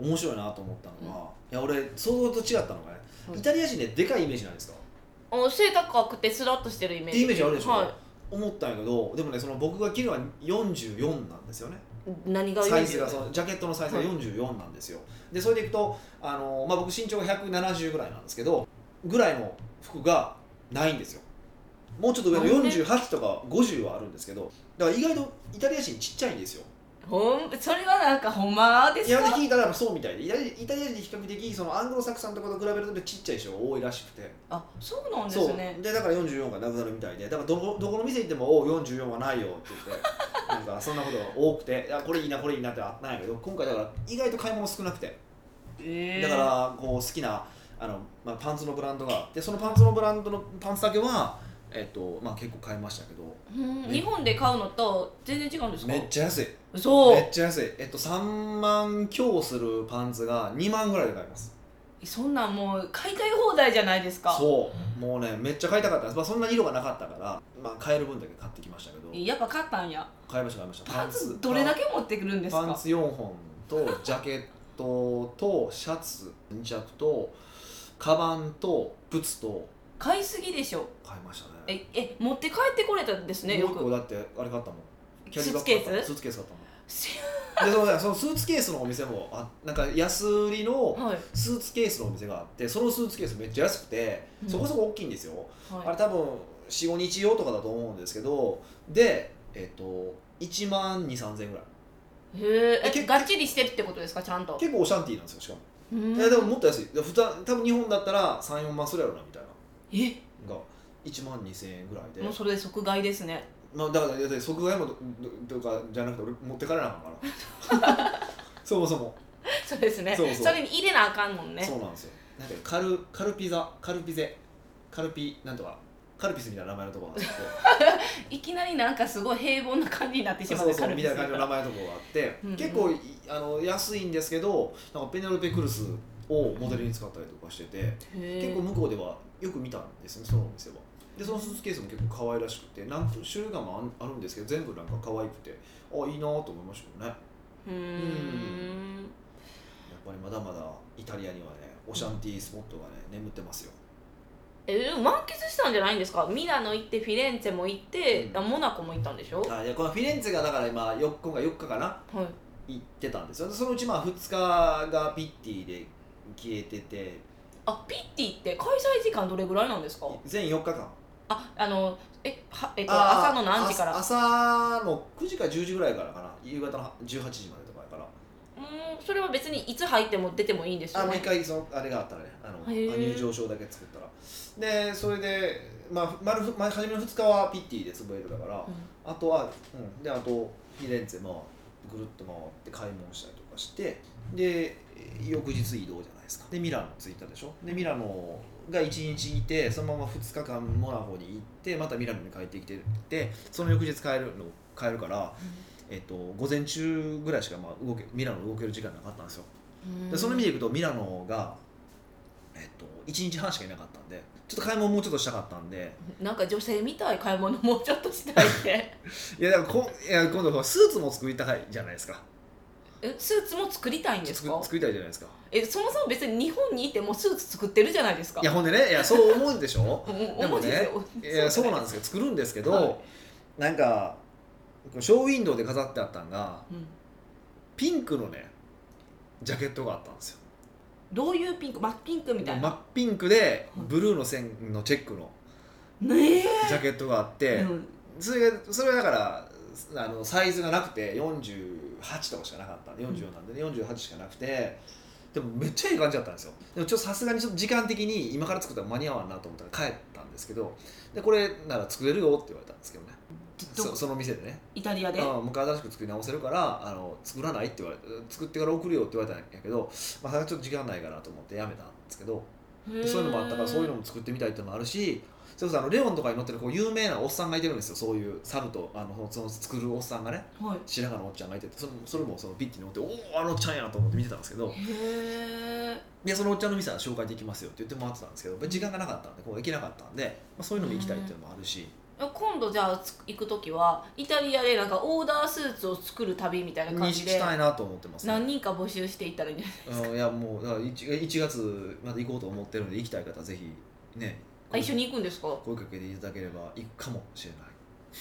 S1: 面白いなと思ったのが、いや俺想像と違ったのがね、
S2: はい
S1: イタリア人ででかいイメージないですか
S2: お背高くてスラッとしてるイメー
S1: って
S2: ジ
S1: イメージあるでしょ、
S2: は
S1: 思ったんやけどでもねその僕が着るのは44なんですよね
S2: い、何が
S1: サイズがそ
S2: の
S1: のジャケットのサイズが44なんですよ、でそれでいくとあの、まあ、僕身長が170ぐらいなんですけどぐらいの服がないんですよもうちょっと上の
S2: なんで
S1: 48とか50はあるんですけどだから意外とイタリア人ちっちゃいんですよ
S2: ほんそれはなんかほんまで
S1: い
S2: す
S1: や
S2: か
S1: で聞いたらそうみたいでイタリアイタリア人って比較的そのアングロサクサンとかと比べるとちっちゃい人が多いらしくて
S2: あそうなんですね
S1: そうでだから44がなくなるみたいでだからどこどこの店行っても「おう44はないよ」って言ってなんかそんなことが多くて「いやこれいいなこれいいな」ってあったんやけど今回だから意外と買い物少なくて
S2: えー
S1: だからこう好きなあの、まあ、パンツのブランドがあってそのパンツのブランドのパンツだけは、えっとまあ、結構買いましたけど
S2: うん日本で買うのと全然違うんですか
S1: めっちゃ安い
S2: そう
S1: めっちゃ安い、えっと、3万強するパンツが2万ぐらいで買います
S2: そんなんもう買いたい放題じゃないですか
S1: そうもうねめっちゃ買いたかったんです、まあ、そんなに色がなかったから、まあ、買える分だけ買ってきましたけど
S2: やっぱ買ったんや
S1: 買いました買いました
S2: パンツどれだけ持ってくるんです
S1: パン
S2: か
S1: ツ4本と ジャケットとシャツ2着とカバンと靴と
S2: 買いすぎでしょ
S1: 買いましたね
S2: ええ持って帰ってこれたんですねよ
S1: もう一個
S2: く
S1: だってあれ買ったもんキ
S2: ス
S1: ャリーバ
S2: ーツ
S1: ッ
S2: ケ
S1: グ買ったス
S2: ース
S1: ーツケース買ったもん
S2: せ
S1: でそうだそのスーツケースのお店もあなんか安売りの
S2: はい、
S1: スーツケースのお店があってそのスーツケースめっちゃ安くてそこそこ大きいんですよ、
S2: はい、
S1: あれ多分45日用とかだと思うんですけどでえっ、と1万2 3千円ぐらい
S2: へ
S1: え
S2: ーえ
S1: け
S2: がっちりしてるってことですかちゃんと
S1: 結構オシャンティーなんですよしかも、
S2: うん
S1: いやでももっと安いいや普段多分日本だったら34万するやろなみたいな
S2: え
S1: のが1万2000円ぐらいで
S2: もうそれで即買いですね
S1: まあ、だからだって即買いもどどとかじゃなくて俺持ってかれなあかんから そもそも、
S2: そうですね
S1: そうそう
S2: れに入れなあかんもんね
S1: そうなんですよなんかカルカルピザカルピゼカルピなんとかカルピスみたいな名前のところがあって
S2: いきなりなんかすごい平凡な感じになってしまう
S1: そう
S2: ね
S1: そう
S2: カル
S1: み
S2: ピ
S1: た
S2: ス
S1: いな感じの名前のところがあって
S2: うんうん
S1: 結構いあの安いんですけどなんかペネロペクルスをモデルに使ったりとかしてて、
S2: へ
S1: 結
S2: え
S1: 構向こうではよく見たんですねそのお店はでそのスーツケースも結構可愛らしくてなんか種類がまああるんですけど全部なんか可愛くてあいいなと思いましたよね
S2: うーん
S1: やっぱりまだまだイタリアにはねオシャンティースポットがね眠ってますよ
S2: えでも満喫したんじゃないんですかミラノ行ってフィレンツェも行って、
S1: うん
S2: あモナコも行ったんでしょ、は、
S1: あいやこのフィレンツェがだから今よ今回4日かない行ってたんですよでそのうちまあ2日がピッティで消えてて
S2: あピッティって開催時間どれぐらいなんですか
S1: 全4日間
S2: ああのえは、えっと、
S1: あー
S2: 朝の何時から
S1: あ朝の9時か10時ぐらいからかな夕方の18時までとかやから
S2: うーんそれは別にいつ入っても出てもいいんです
S1: あ
S2: よ
S1: もう一
S2: ね
S1: 回そのあれがあったらねあの
S2: へー
S1: 入場証だけ作ったらでそれで、まあ、丸ふまあ初めの2日はピッティで潰れてたから、あとは、うん、であとフィレンツェ回ってぐるっと回って買い物したりとかしてで翌日移動じゃないですかでミラノ着いたでしょでミラノが1日いてそのまま2日間モナコに行ってまたミラノに帰ってきてでその翌日帰るの帰るから、えっと、午前中ぐらいしかまあ動けミラノ動ける時間なかったんですよ
S2: うんうん
S1: でその意味でいくとミラノが、えっと、1日半しかいなかったんでちょっと買い物もうちょっとしたかったんで
S2: なんか女性みたい買い物もうちょっとしたいって
S1: いやだからこいや今度はスーツも作りたいじゃないですか
S2: えスーツも作りたいんです
S1: 作
S2: か
S1: 作りたいじゃないですか
S2: えそもそも別に日本にいてもうスーツ作ってるじゃないですか
S1: いやほんでねいやそう思うんでし ょ
S2: うんうん
S1: でもね
S2: 思うん
S1: い
S2: ですよ
S1: やそうなんで
S2: で
S1: すけど作るんですけど、
S2: はい
S1: なんかショーウィンドウで飾ってあったんが
S2: す、うん
S1: ピンクのねジャケットがあったんですよ
S2: どういうピンク真っピンクみたい
S1: 真っ
S2: な、
S1: ピンクで
S2: はい
S1: ブルーの線のチェックの
S2: ね
S1: ジャケットがあって、
S2: え、うん
S1: それがそれはだからあのサイズがなくて48とかしかなかったんで44なんで、ね48しかなくてでもめっちゃいい感じだったんですよでもちょっとさすがにちょっと時間的に今から作ったら間に合わんなと思ったから帰ったんですけどでこれなら作れるよって言われたんですけどね
S2: ど
S1: そその店でね
S2: イタリアで、
S1: うんもう一回新しく作り直せるからあの作らないって言われて作ってから送るよって言われたんやけどまあそれはちょっと時間ないかなと思ってやめたんですけどでそういうのもあったからそういうのも作ってみたいっていうのもあるしそれこそあのレオンとかに乗ってるこう有名なおっさんがいてるんですよそういうサブとあのその作るおっさんがね
S2: も、はい、
S1: 白髪のおっちゃんがいててそれもそれもそのピッて乗って「おおあのおっちゃんや」と思って見てたんですけど
S2: へえ
S1: でそのおっちゃんの店は紹介できますよって言って回ってたんですけどやっぱり時間がなかったんでこう行けなかったんで、まあ、そういうのも行きたいっていうのもあるし、
S2: 今度じゃあつ行く時はイタリアでなんかオーダースーツを作る旅みたいな感
S1: に
S2: じ
S1: し
S2: で
S1: たいなと思ってます、
S2: 何人か募集していったらいいんじゃない
S1: うんいやもうだから 1, 1月まで行こうと思ってるんで行きたい方はぜひね
S2: あ一緒に行くんですか
S1: 声かけていただければ行くかもしれない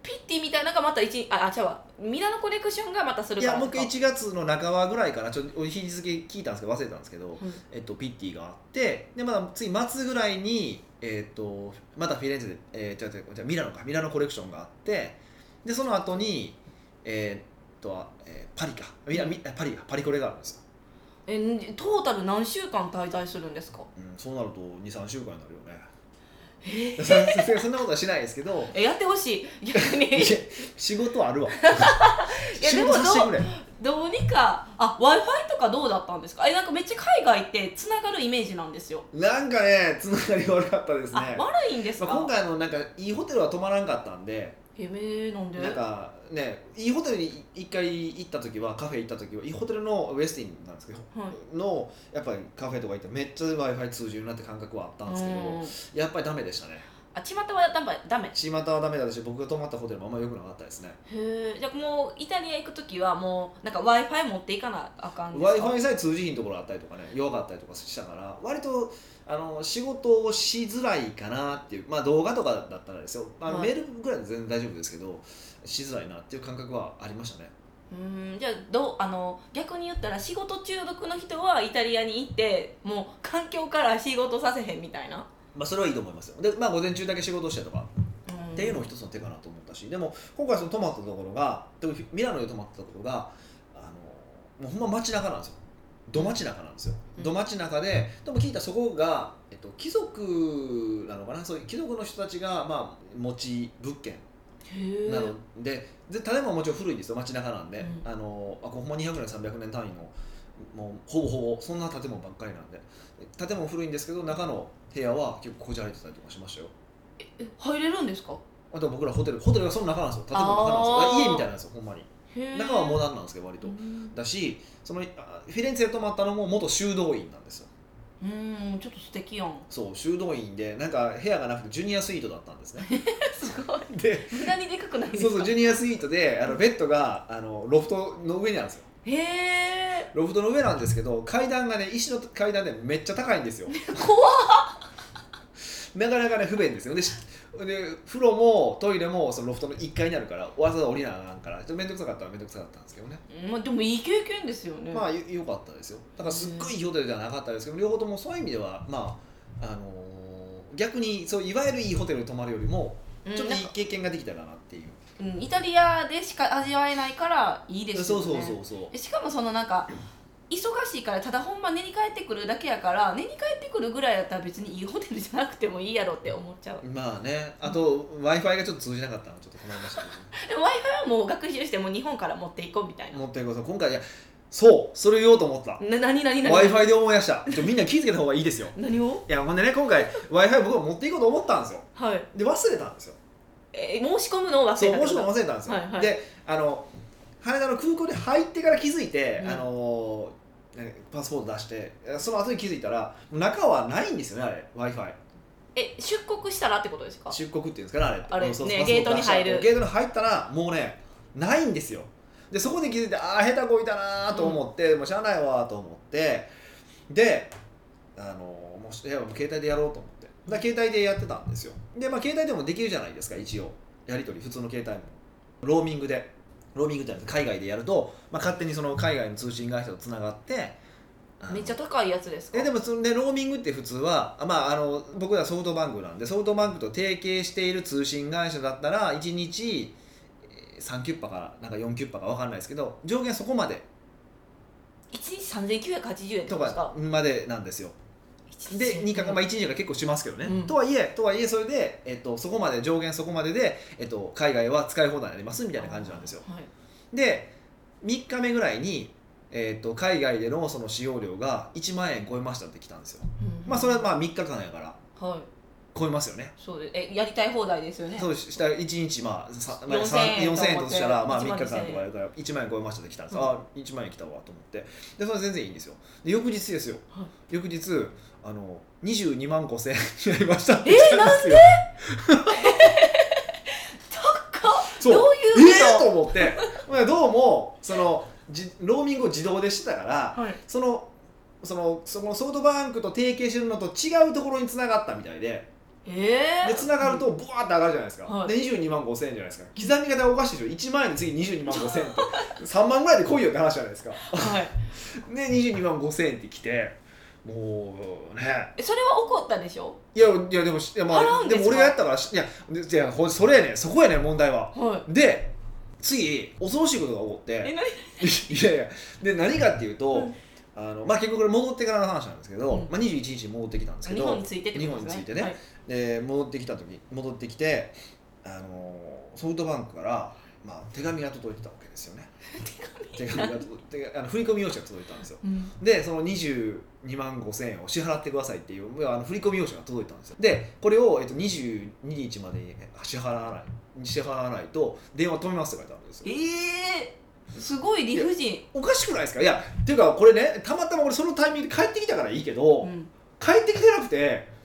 S2: ピッティみたいなのがまた一ああ違うわミラノコレクションがまたする
S1: い
S2: から
S1: や
S2: です
S1: 僕
S2: か
S1: 1月の半ばぐらいかなちょっと日付聞いたんですけど忘れたんですけど、
S2: うん
S1: えっと、ピッティがあってでまだ次末ぐらいに、えっと、またフィレンツェで、えー、違う違う違うミラノかミラノコレクションがあってでその後にえーっと、えーパリかミラミパリかパリコレがあるんですよ、
S2: えんトータル何週間滞在するんですか
S1: うん、そうなると23週間になるよね
S2: え
S1: ささすがにそんなことはしないですけど
S2: えやってほし い逆に
S1: いや仕事ある わ仕
S2: でも
S1: 事させてくれ
S2: どうにかあ w i f i とかどうだったんですかえなんかめっちゃ海外ってつながるイメージなんですよ、
S1: なんかねつながり悪かったですね
S2: あ悪いんですか、
S1: まあ、今回のなんかいいホテルは泊まらんかったんで
S2: えめなんで
S1: なんかねいいホテルに一回行った時はカフェ行った時はいいホテルのウェスティンなんですけど、
S2: は
S1: のやっぱりカフェとか行ってめっちゃ w i f i 通じるなって感覚はあったんですけど
S2: うん
S1: やっぱりダメでしたね
S2: あちまたはダメダメ
S1: 巷はダメだったし僕が泊まったホテルもあんま良くなかったですね
S2: へえじゃあもうイタリア行く時はもうなんか w i f i 持っていかなあかんん
S1: w
S2: です
S1: i
S2: か
S1: f i さえ通じひんところあったりとかね弱かったりとかしたから割とあの仕事をしづらいかなっていうまあ動画とかだったらですよあの
S2: はい
S1: メールぐらいで全然大丈夫ですけどしづらいなっていう感覚はありましたね
S2: うんじゃあどうあの逆に言ったら仕事中毒の人はイタリアに行ってもう環境から仕事させへんみたいな、
S1: まあそれはいいと思いますよでまあ午前中だけ仕事してとか
S2: うん
S1: っていうのも一つの手かなと思ったしでも今回その泊まったところが特にミラノで泊まったところがあのもうほんま街中なんですよど町中なんですよ
S2: うん
S1: ど町中ででも聞いたそこが、えっと、貴族なのかなそういう貴族の人たちが、まあ、持ち物件
S2: へえ
S1: なのでで建物はもちろん古いんですよ町中なんで、
S2: うん
S1: あのあここも200年300年単位のもうほぼほぼそんな建物ばっかりなんでで建物古いんですけど中の部屋は結構こじられてたりとかしましたよ
S2: え入れるんですか
S1: あと僕らホテルホテルがその中なんですよ建物の中なんですよ
S2: あー
S1: 家みたいなんですよほんまに
S2: へえ
S1: 中はモダンなんですけど割と、
S2: うん
S1: だしそのあフィレンツェで泊まったのも元修道院なんですよ
S2: うんちょっと素敵やん
S1: そう修道院でなんか部屋がなくてジュニアスイートだったん ですね
S2: すごい
S1: で
S2: 無駄にでかくないです
S1: そ
S2: か
S1: うそうジュニアスイートであのベッドがあのロフトの上にあるんですよ
S2: へえ
S1: ロフトの上なんですけど階段がね石の階段でめっちゃ高いんですよ
S2: 怖っ
S1: なかなかね不便ですよでしで風呂もトイレもそのロフトの1階にあるからわざわざ降りなあかんからちょっと面倒くさかったら面倒くさかったんですけどね、
S2: まあでもいい経験ですよね
S1: まあよ良かったですよだからすっごいいいホテルではなかったですけど両方ともそういう意味ではまああのー逆にそういわゆるいいホテルに泊まるよりも
S2: うん
S1: ちょっと
S2: ないん
S1: い
S2: か
S1: 経験ができたかなっていう、
S2: うんイタリアでしか味わえないからいいです
S1: そ
S2: よ
S1: う
S2: ね
S1: そうそうそう
S2: しかもそのなんか忙しいからただほんま寝に帰ってくるだけやから寝に帰ってくるぐらいだったら別にいいホテルじゃなくてもいいやろって思っちゃう
S1: まあねあと w i f i がちょっと通じなかったのちょっと困りましたけど
S2: でも w i f i はもう学習してもう日本から持っていこうみたいな
S1: 持ってこそ今回いやそうそれ言おうと思った
S2: な何何何
S1: w i f i で思い出したちょみんな気づけた方がいいですよ
S2: 何を
S1: いやほんでね今回 w i f i 僕は持っていこうと思ったんですよ
S2: はい、
S1: で忘れたんですよ
S2: えー申し込むのを忘れた
S1: そう
S2: って
S1: も
S2: こ
S1: ち
S2: と
S1: ろん忘れたんですよ、
S2: はいはい
S1: であの羽田の空港で入ってから気づいて、
S2: うん
S1: あのねパスポート出してその後に気づいたら中はないんですよねあれ w i f i
S2: え出国したらってことですか
S1: 出国っていうんですかねあれって
S2: あれ
S1: うんそう
S2: ね
S1: パスポート出したら
S2: ゲートに入る
S1: ゲートに入ったらもうねないんですよでそこで気づいてああ下手こいたなーと思って、もうしゃあないわーと思ってであのーもういやもう携帯でやろうと思ってだ携帯でやってたんですよでまあ携帯でもできるじゃないですか一応やり取り普通の携帯もローミングでローミングってのは海外でやると、まあ、勝手にその海外の通信会社とつながってあの
S2: めっちゃ高いやつですか
S1: えでもそのねローミングって普通は、あまあ、あの僕らソフトバンクなんでソフトバンクと提携している通信会社だったら1日えー3キュッパかなんか4キュッパか分かんないですけど上限そこまで
S2: 一日3980円って
S1: と
S2: ことです
S1: か
S2: か
S1: までなんですよで2か、まあ、1日が結構しますけどね、
S2: うん
S1: とはいえとはいえそれで、えっと、そこまで上限そこまでで、えっと、海外は使い放題になりますみたいな感じなんですよ
S2: はい、
S1: で3日目ぐらいに、えっと、海外でのその使用料が1万円超えましたって来たんですよまあそれはまあ3日間やから
S2: あはい
S1: 超えますよね
S2: そうですえやりたい放題ですよね
S1: そうしたら1日まあさまあ
S2: 4000
S1: さん
S2: 円と思って
S1: 4000円としたらまあ3
S2: 1
S1: 日
S2: 万
S1: 間
S2: 2000円
S1: とかやるから1万円超えましたで来たんです、
S2: うん
S1: あ1万円来たわと思ってでそれは全然いいんですよで翌日ですよ、
S2: はい
S1: 翌日あの22万5千円になりましたって
S2: え
S1: 来たですよ
S2: 高っ
S1: そう
S2: どういう
S1: ええ
S2: こと
S1: と思ってまあどうもそのじローミングを自動でしてたから
S2: はい
S1: そのそのそのソフトバンクと提携してるのと違うところに繋がったみたいで
S2: ええ
S1: で繋がるとブワーって上がるじゃないですか、
S2: はい
S1: で22万5千円じゃないですか刻み方がおかしいでしょ1万円に次22万5千円って3万ぐらいで来いよって話じゃないですか
S2: はい
S1: で22万5千円って来てもうね
S2: えそれは怒ったでしょ
S1: いやいやでもしいや、ま
S2: 払う
S1: あ、
S2: ん
S1: で
S2: ですか
S1: も俺がやったからしいやでいやほそれやねんそこやねん問題は
S2: は
S1: で次恐ろしいことが起こって
S2: え何
S1: いやいやで何かっていうと、
S2: うん
S1: あのまあ、結局これ戻ってからの話なんですけど、
S2: うん
S1: まあ、21日に戻ってきたんですけ
S2: 日
S1: ど
S2: 本についてってことです
S1: 日本につ
S2: ね
S1: いてね
S2: はい
S1: で戻ってきた時戻ってきて、あのソフトバンクから、まあ、手紙が届いてたわけですよ ね手紙が届いてあの振り込み用紙が届いたんですよ
S2: うん
S1: でその22万5千円を支払ってくださいっていうあの振り込み用紙が届いたんですよでこれを、えっと、22日までに支払わない支払わないと電話止めますって書いてあるんですよ
S2: ええすごい理不尽
S1: おかしくないですかいやっていうかこれねたまたま俺そのタイミングで帰ってきたからいいけど、
S2: うん
S1: 帰ってきてなくて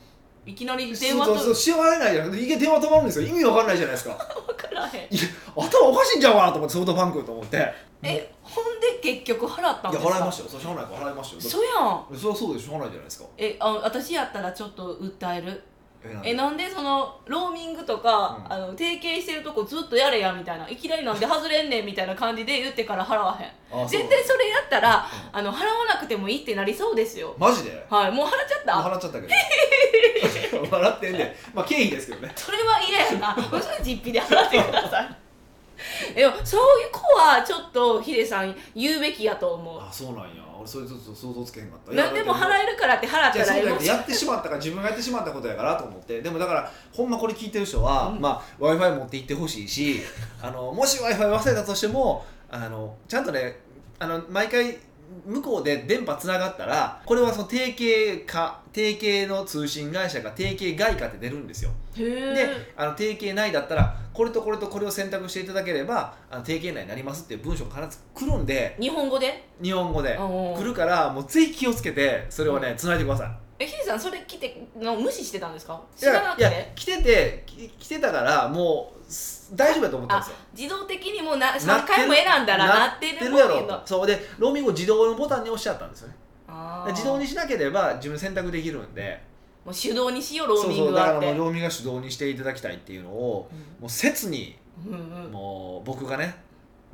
S2: いきなり電話
S1: そうそう
S2: と
S1: 支払えないじゃんいけ電話止まるんですよ意味わかんないじゃないですか
S2: 分からへん
S1: 頭おかしいんちゃうかなと思ってソフトバンクと思っていや
S2: えほんで結局払ったんですか
S1: 払いましたよそれしゃあないから払いましたよ
S2: そうやん
S1: そりゃそうでしょうがないじゃないですか
S2: えあ私やったらちょっと訴える
S1: えなんで
S2: えなんでそのローミングとか、
S1: うん
S2: あの提携してるとこずっとやれやみたいないきなりなんで外れんねんみたいな感じで言ってから払わへん
S1: あそう
S2: 絶対それやったら
S1: う
S2: あの払わなくてもいいってなりそうですよ
S1: マジで
S2: はいもう払っちゃっ
S1: もう払
S2: た
S1: っちゃったけど 笑ってんでまあ経費ですけどね
S2: それは嫌やなそれ実費で払ってください でもそういう子はちょっとヒデさん言うべきやと思う
S1: あそうなんや俺それちょっと想像つけへんかったいや
S2: 何でも
S1: だって
S2: 払えるからって払 っ
S1: じゃ
S2: た
S1: あそ
S2: ら
S1: うだ
S2: え
S1: け
S2: え
S1: どやってしまったから自分がやってしまったことやからと思ってでもだからほんまこれ聞いてる人は、
S2: うん
S1: まあ、w i f i 持って行ってほしい しあのもし w i f i 忘れたとしてもあのちゃんとねあの毎回向こうで電波つながったらこれはその提携か提携の通信会社か提携外かって出るんですよで
S2: へ
S1: あの提携内だったらこれとこれとこれを選択していただければあの提携内になりますっていう文章が必ず来るんで
S2: え日本語で
S1: 日本語で
S2: うんうん
S1: 来るからもうぜひ気をつけてそれをねつないでください
S2: えヒデさんそれ来ての無視してたんですか
S1: い
S2: 知らな
S1: や
S2: く
S1: いや
S2: て
S1: 来ててき来てたからもうす大丈夫だと思ったんですよ
S2: 自動的にもうな
S1: なっ
S2: 3
S1: てる
S2: 回も選んだらなっ
S1: や
S2: てる
S1: る
S2: もん
S1: や
S2: っていう
S1: ろ
S2: の
S1: そうでローミングを自動のボタンに押しちゃったんですよね
S2: あ
S1: で
S2: ー
S1: 自動にしなければ自分選択できるんで
S2: もう手動にしようロー
S1: そう
S2: ミン
S1: そ
S2: グ
S1: うだ
S2: は
S1: か
S2: っ
S1: ら
S2: て
S1: もうローミングは手動にしていただきたいっていうのをもう切に
S2: うんうんうん
S1: もう僕がね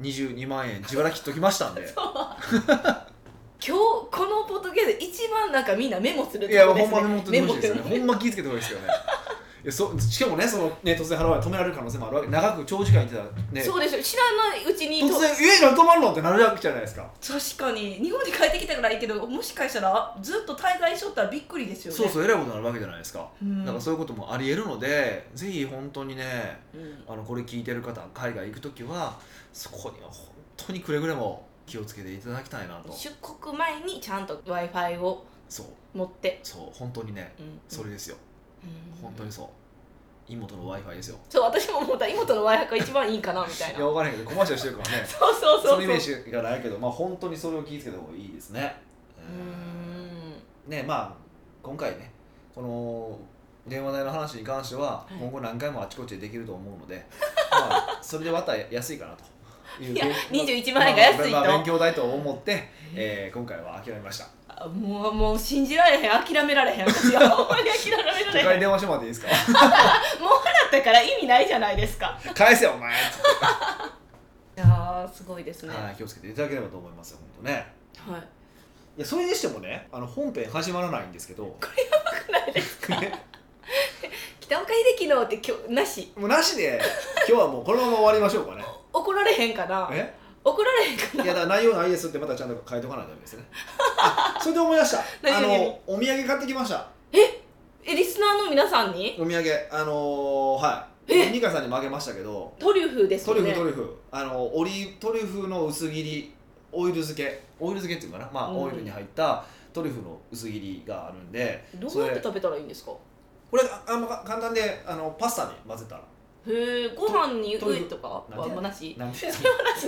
S1: 22万円自腹切っときま したんで
S2: 今日このポッドキャスト一番なんかみんなメモする
S1: い
S2: と
S1: や
S2: こ
S1: ほ
S2: で
S1: ん
S2: す
S1: ま
S2: ね
S1: に本当にほしいですよね
S2: メモ
S1: ほんま気ぃつけてほしいです よねいやそしかもねそのね突然払われ止められる可能性もあるわけ長く長時間いてたらね
S2: そうですよ知らないうちに
S1: 突然「家に泊まるの?」ってなるわけじゃないですか
S2: 確かに日本に帰ってきたからいいけどもしかしたらずっと滞在しとったらびっくりですよね
S1: そうそうえらいことになるわけじゃないですか、
S2: うん
S1: なんかそういうこともありえるのでぜひ本当にね
S2: うん
S1: あのこれ聞いてる方海外行く時はそこには本当にくれぐれも気をつけていただきたいなと
S2: 出国前にちゃんと w i f i を
S1: そう
S2: 持って、
S1: そう本当にね
S2: うん
S1: それですよ、
S2: うん
S1: 本当にそう妹の w i f i ですよ
S2: そう私も思った妹の w i f i が一番いいんかなみたい
S1: い
S2: な
S1: や分からへんけどコマーシャルしてるからね
S2: そうそ
S1: そ
S2: うそう
S1: の
S2: そう
S1: イメージがないけど、まあ、本当にそれを気をつけた方がいいですね。
S2: う
S1: ねまあ今回ねこの電話代の話に関しては、
S2: い
S1: 今後何回もあちこちでできると思うの で、まあ、それでまた安いかなという
S2: いや
S1: まあ
S2: 21万円が安いと
S1: まあまあ勉強代と思って、えー今回は諦めま した
S2: ーんもうもう信じられへん諦められへん私はほんまに諦 めら
S1: 一
S2: れへん
S1: 回電話してもらっていいですか
S2: もう払ったから意味ないじゃないですか
S1: 返せよお前って
S2: いやーすごいですね
S1: はい気をつけていただければと思いますよ本当ね
S2: はい
S1: いやそれにしてもねあの本編始まらないんですけど
S2: くらいです 北岡秀樹のって今日なし
S1: もうなしで今日はもうこのまま終わりましょうかね
S2: 怒られへんかな
S1: え
S2: 怒られへんか
S1: いやだから内容ないですってまたちゃんと書いとかないとダメですねあそれで思い出 したあ
S2: 何何
S1: のお土産買ってきました
S2: えリスナーの皆さんに
S1: お土産あのー、はいニカさんにもあげましたけど
S2: トリュフです
S1: ト
S2: よ
S1: リュ
S2: ね
S1: フトリュフあのオリトリュフの薄切りオイル漬けオイル漬けっていうかなまあ、
S2: うん
S1: オイルに入ったトリュフの薄切りがあるんで
S2: どうやって食べたらいいんですか
S1: これああんま簡単であのパスタに混ぜたら
S2: へえご飯に
S1: トリュ
S2: 上
S1: フ
S2: とかは
S1: なんで
S2: もうなし
S1: なんで
S2: なし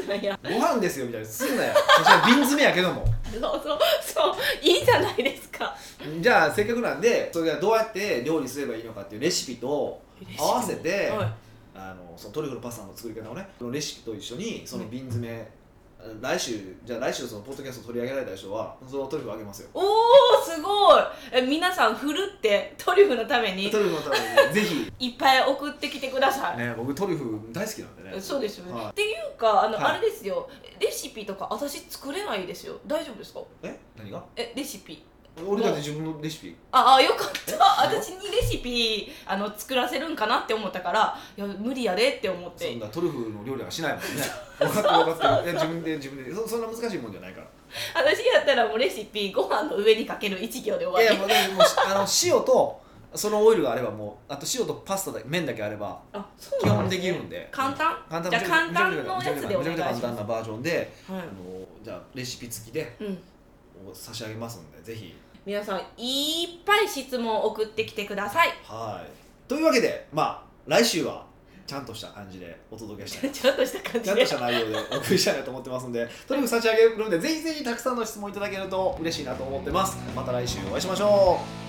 S2: なんや
S1: ご飯ですよみたいにすんなよそしたら瓶詰めやけども
S2: そうそうそういいじゃないですか
S1: じゃあせっかくなんでそれがどうやって料理すればいいのかっていうレシピと 合わせて
S2: は
S1: あのそのトリュフのパスタの作り方をねそのレシピと一緒にその瓶詰め、来週じゃあ来週そのポッドキャスト取り上げられた人はそのトリュフあげますよ
S2: い、おおすごいえ皆さんふるってトリュフのために
S1: トリュフのため にぜひ、
S2: いっぱい送ってきてください、
S1: ね、僕トリュフ大好きなんでね
S2: そうですよね、
S1: はい
S2: っていうかあの、
S1: はい
S2: あれですよレシピとか私作れないですよ大丈夫ですか
S1: え何が
S2: えレシピ
S1: 俺だって自分のレシピ
S2: ああよかった私にレシピあの作らせるんかなって思ったからいや無理やでって思っ
S1: そん
S2: て
S1: なトリュフの料理はしないもん ね分かってる分かってるいや自分で自分でそそんな難しいもんじゃないから
S2: 私やったらもうレシピご飯の上にかける1行で
S1: い
S2: 終わ
S1: や
S2: り
S1: もうでももうあの塩とそのオイルがあればもうあと塩とパスタだけ麺だけあれば
S2: あそう
S1: 基
S2: なん
S1: 本
S2: で、
S1: ですき
S2: ね、
S1: るんで
S2: 簡単
S1: 簡単
S2: じゃあ簡単のやつでお
S1: めち
S2: 願
S1: ゃ
S2: い
S1: くちゃ簡
S2: します
S1: 単なバージョンで
S2: はい
S1: あのじゃあレシピ付きで
S2: うん、
S1: お差し上げますんでぜひ
S2: 皆さんいっぱい質問を送ってきてください
S1: はいというわけでまあ来週はちゃんとした感じでお届けしたい
S2: ちょっとした感
S1: ちゃん
S2: じ
S1: と
S2: で
S1: した内容でお送りしたいなと思ってますんでとにかく差し上げるんでぜひぜひたくさんの質問いただけると嬉しいなと思ってますまた来週お会いしましょう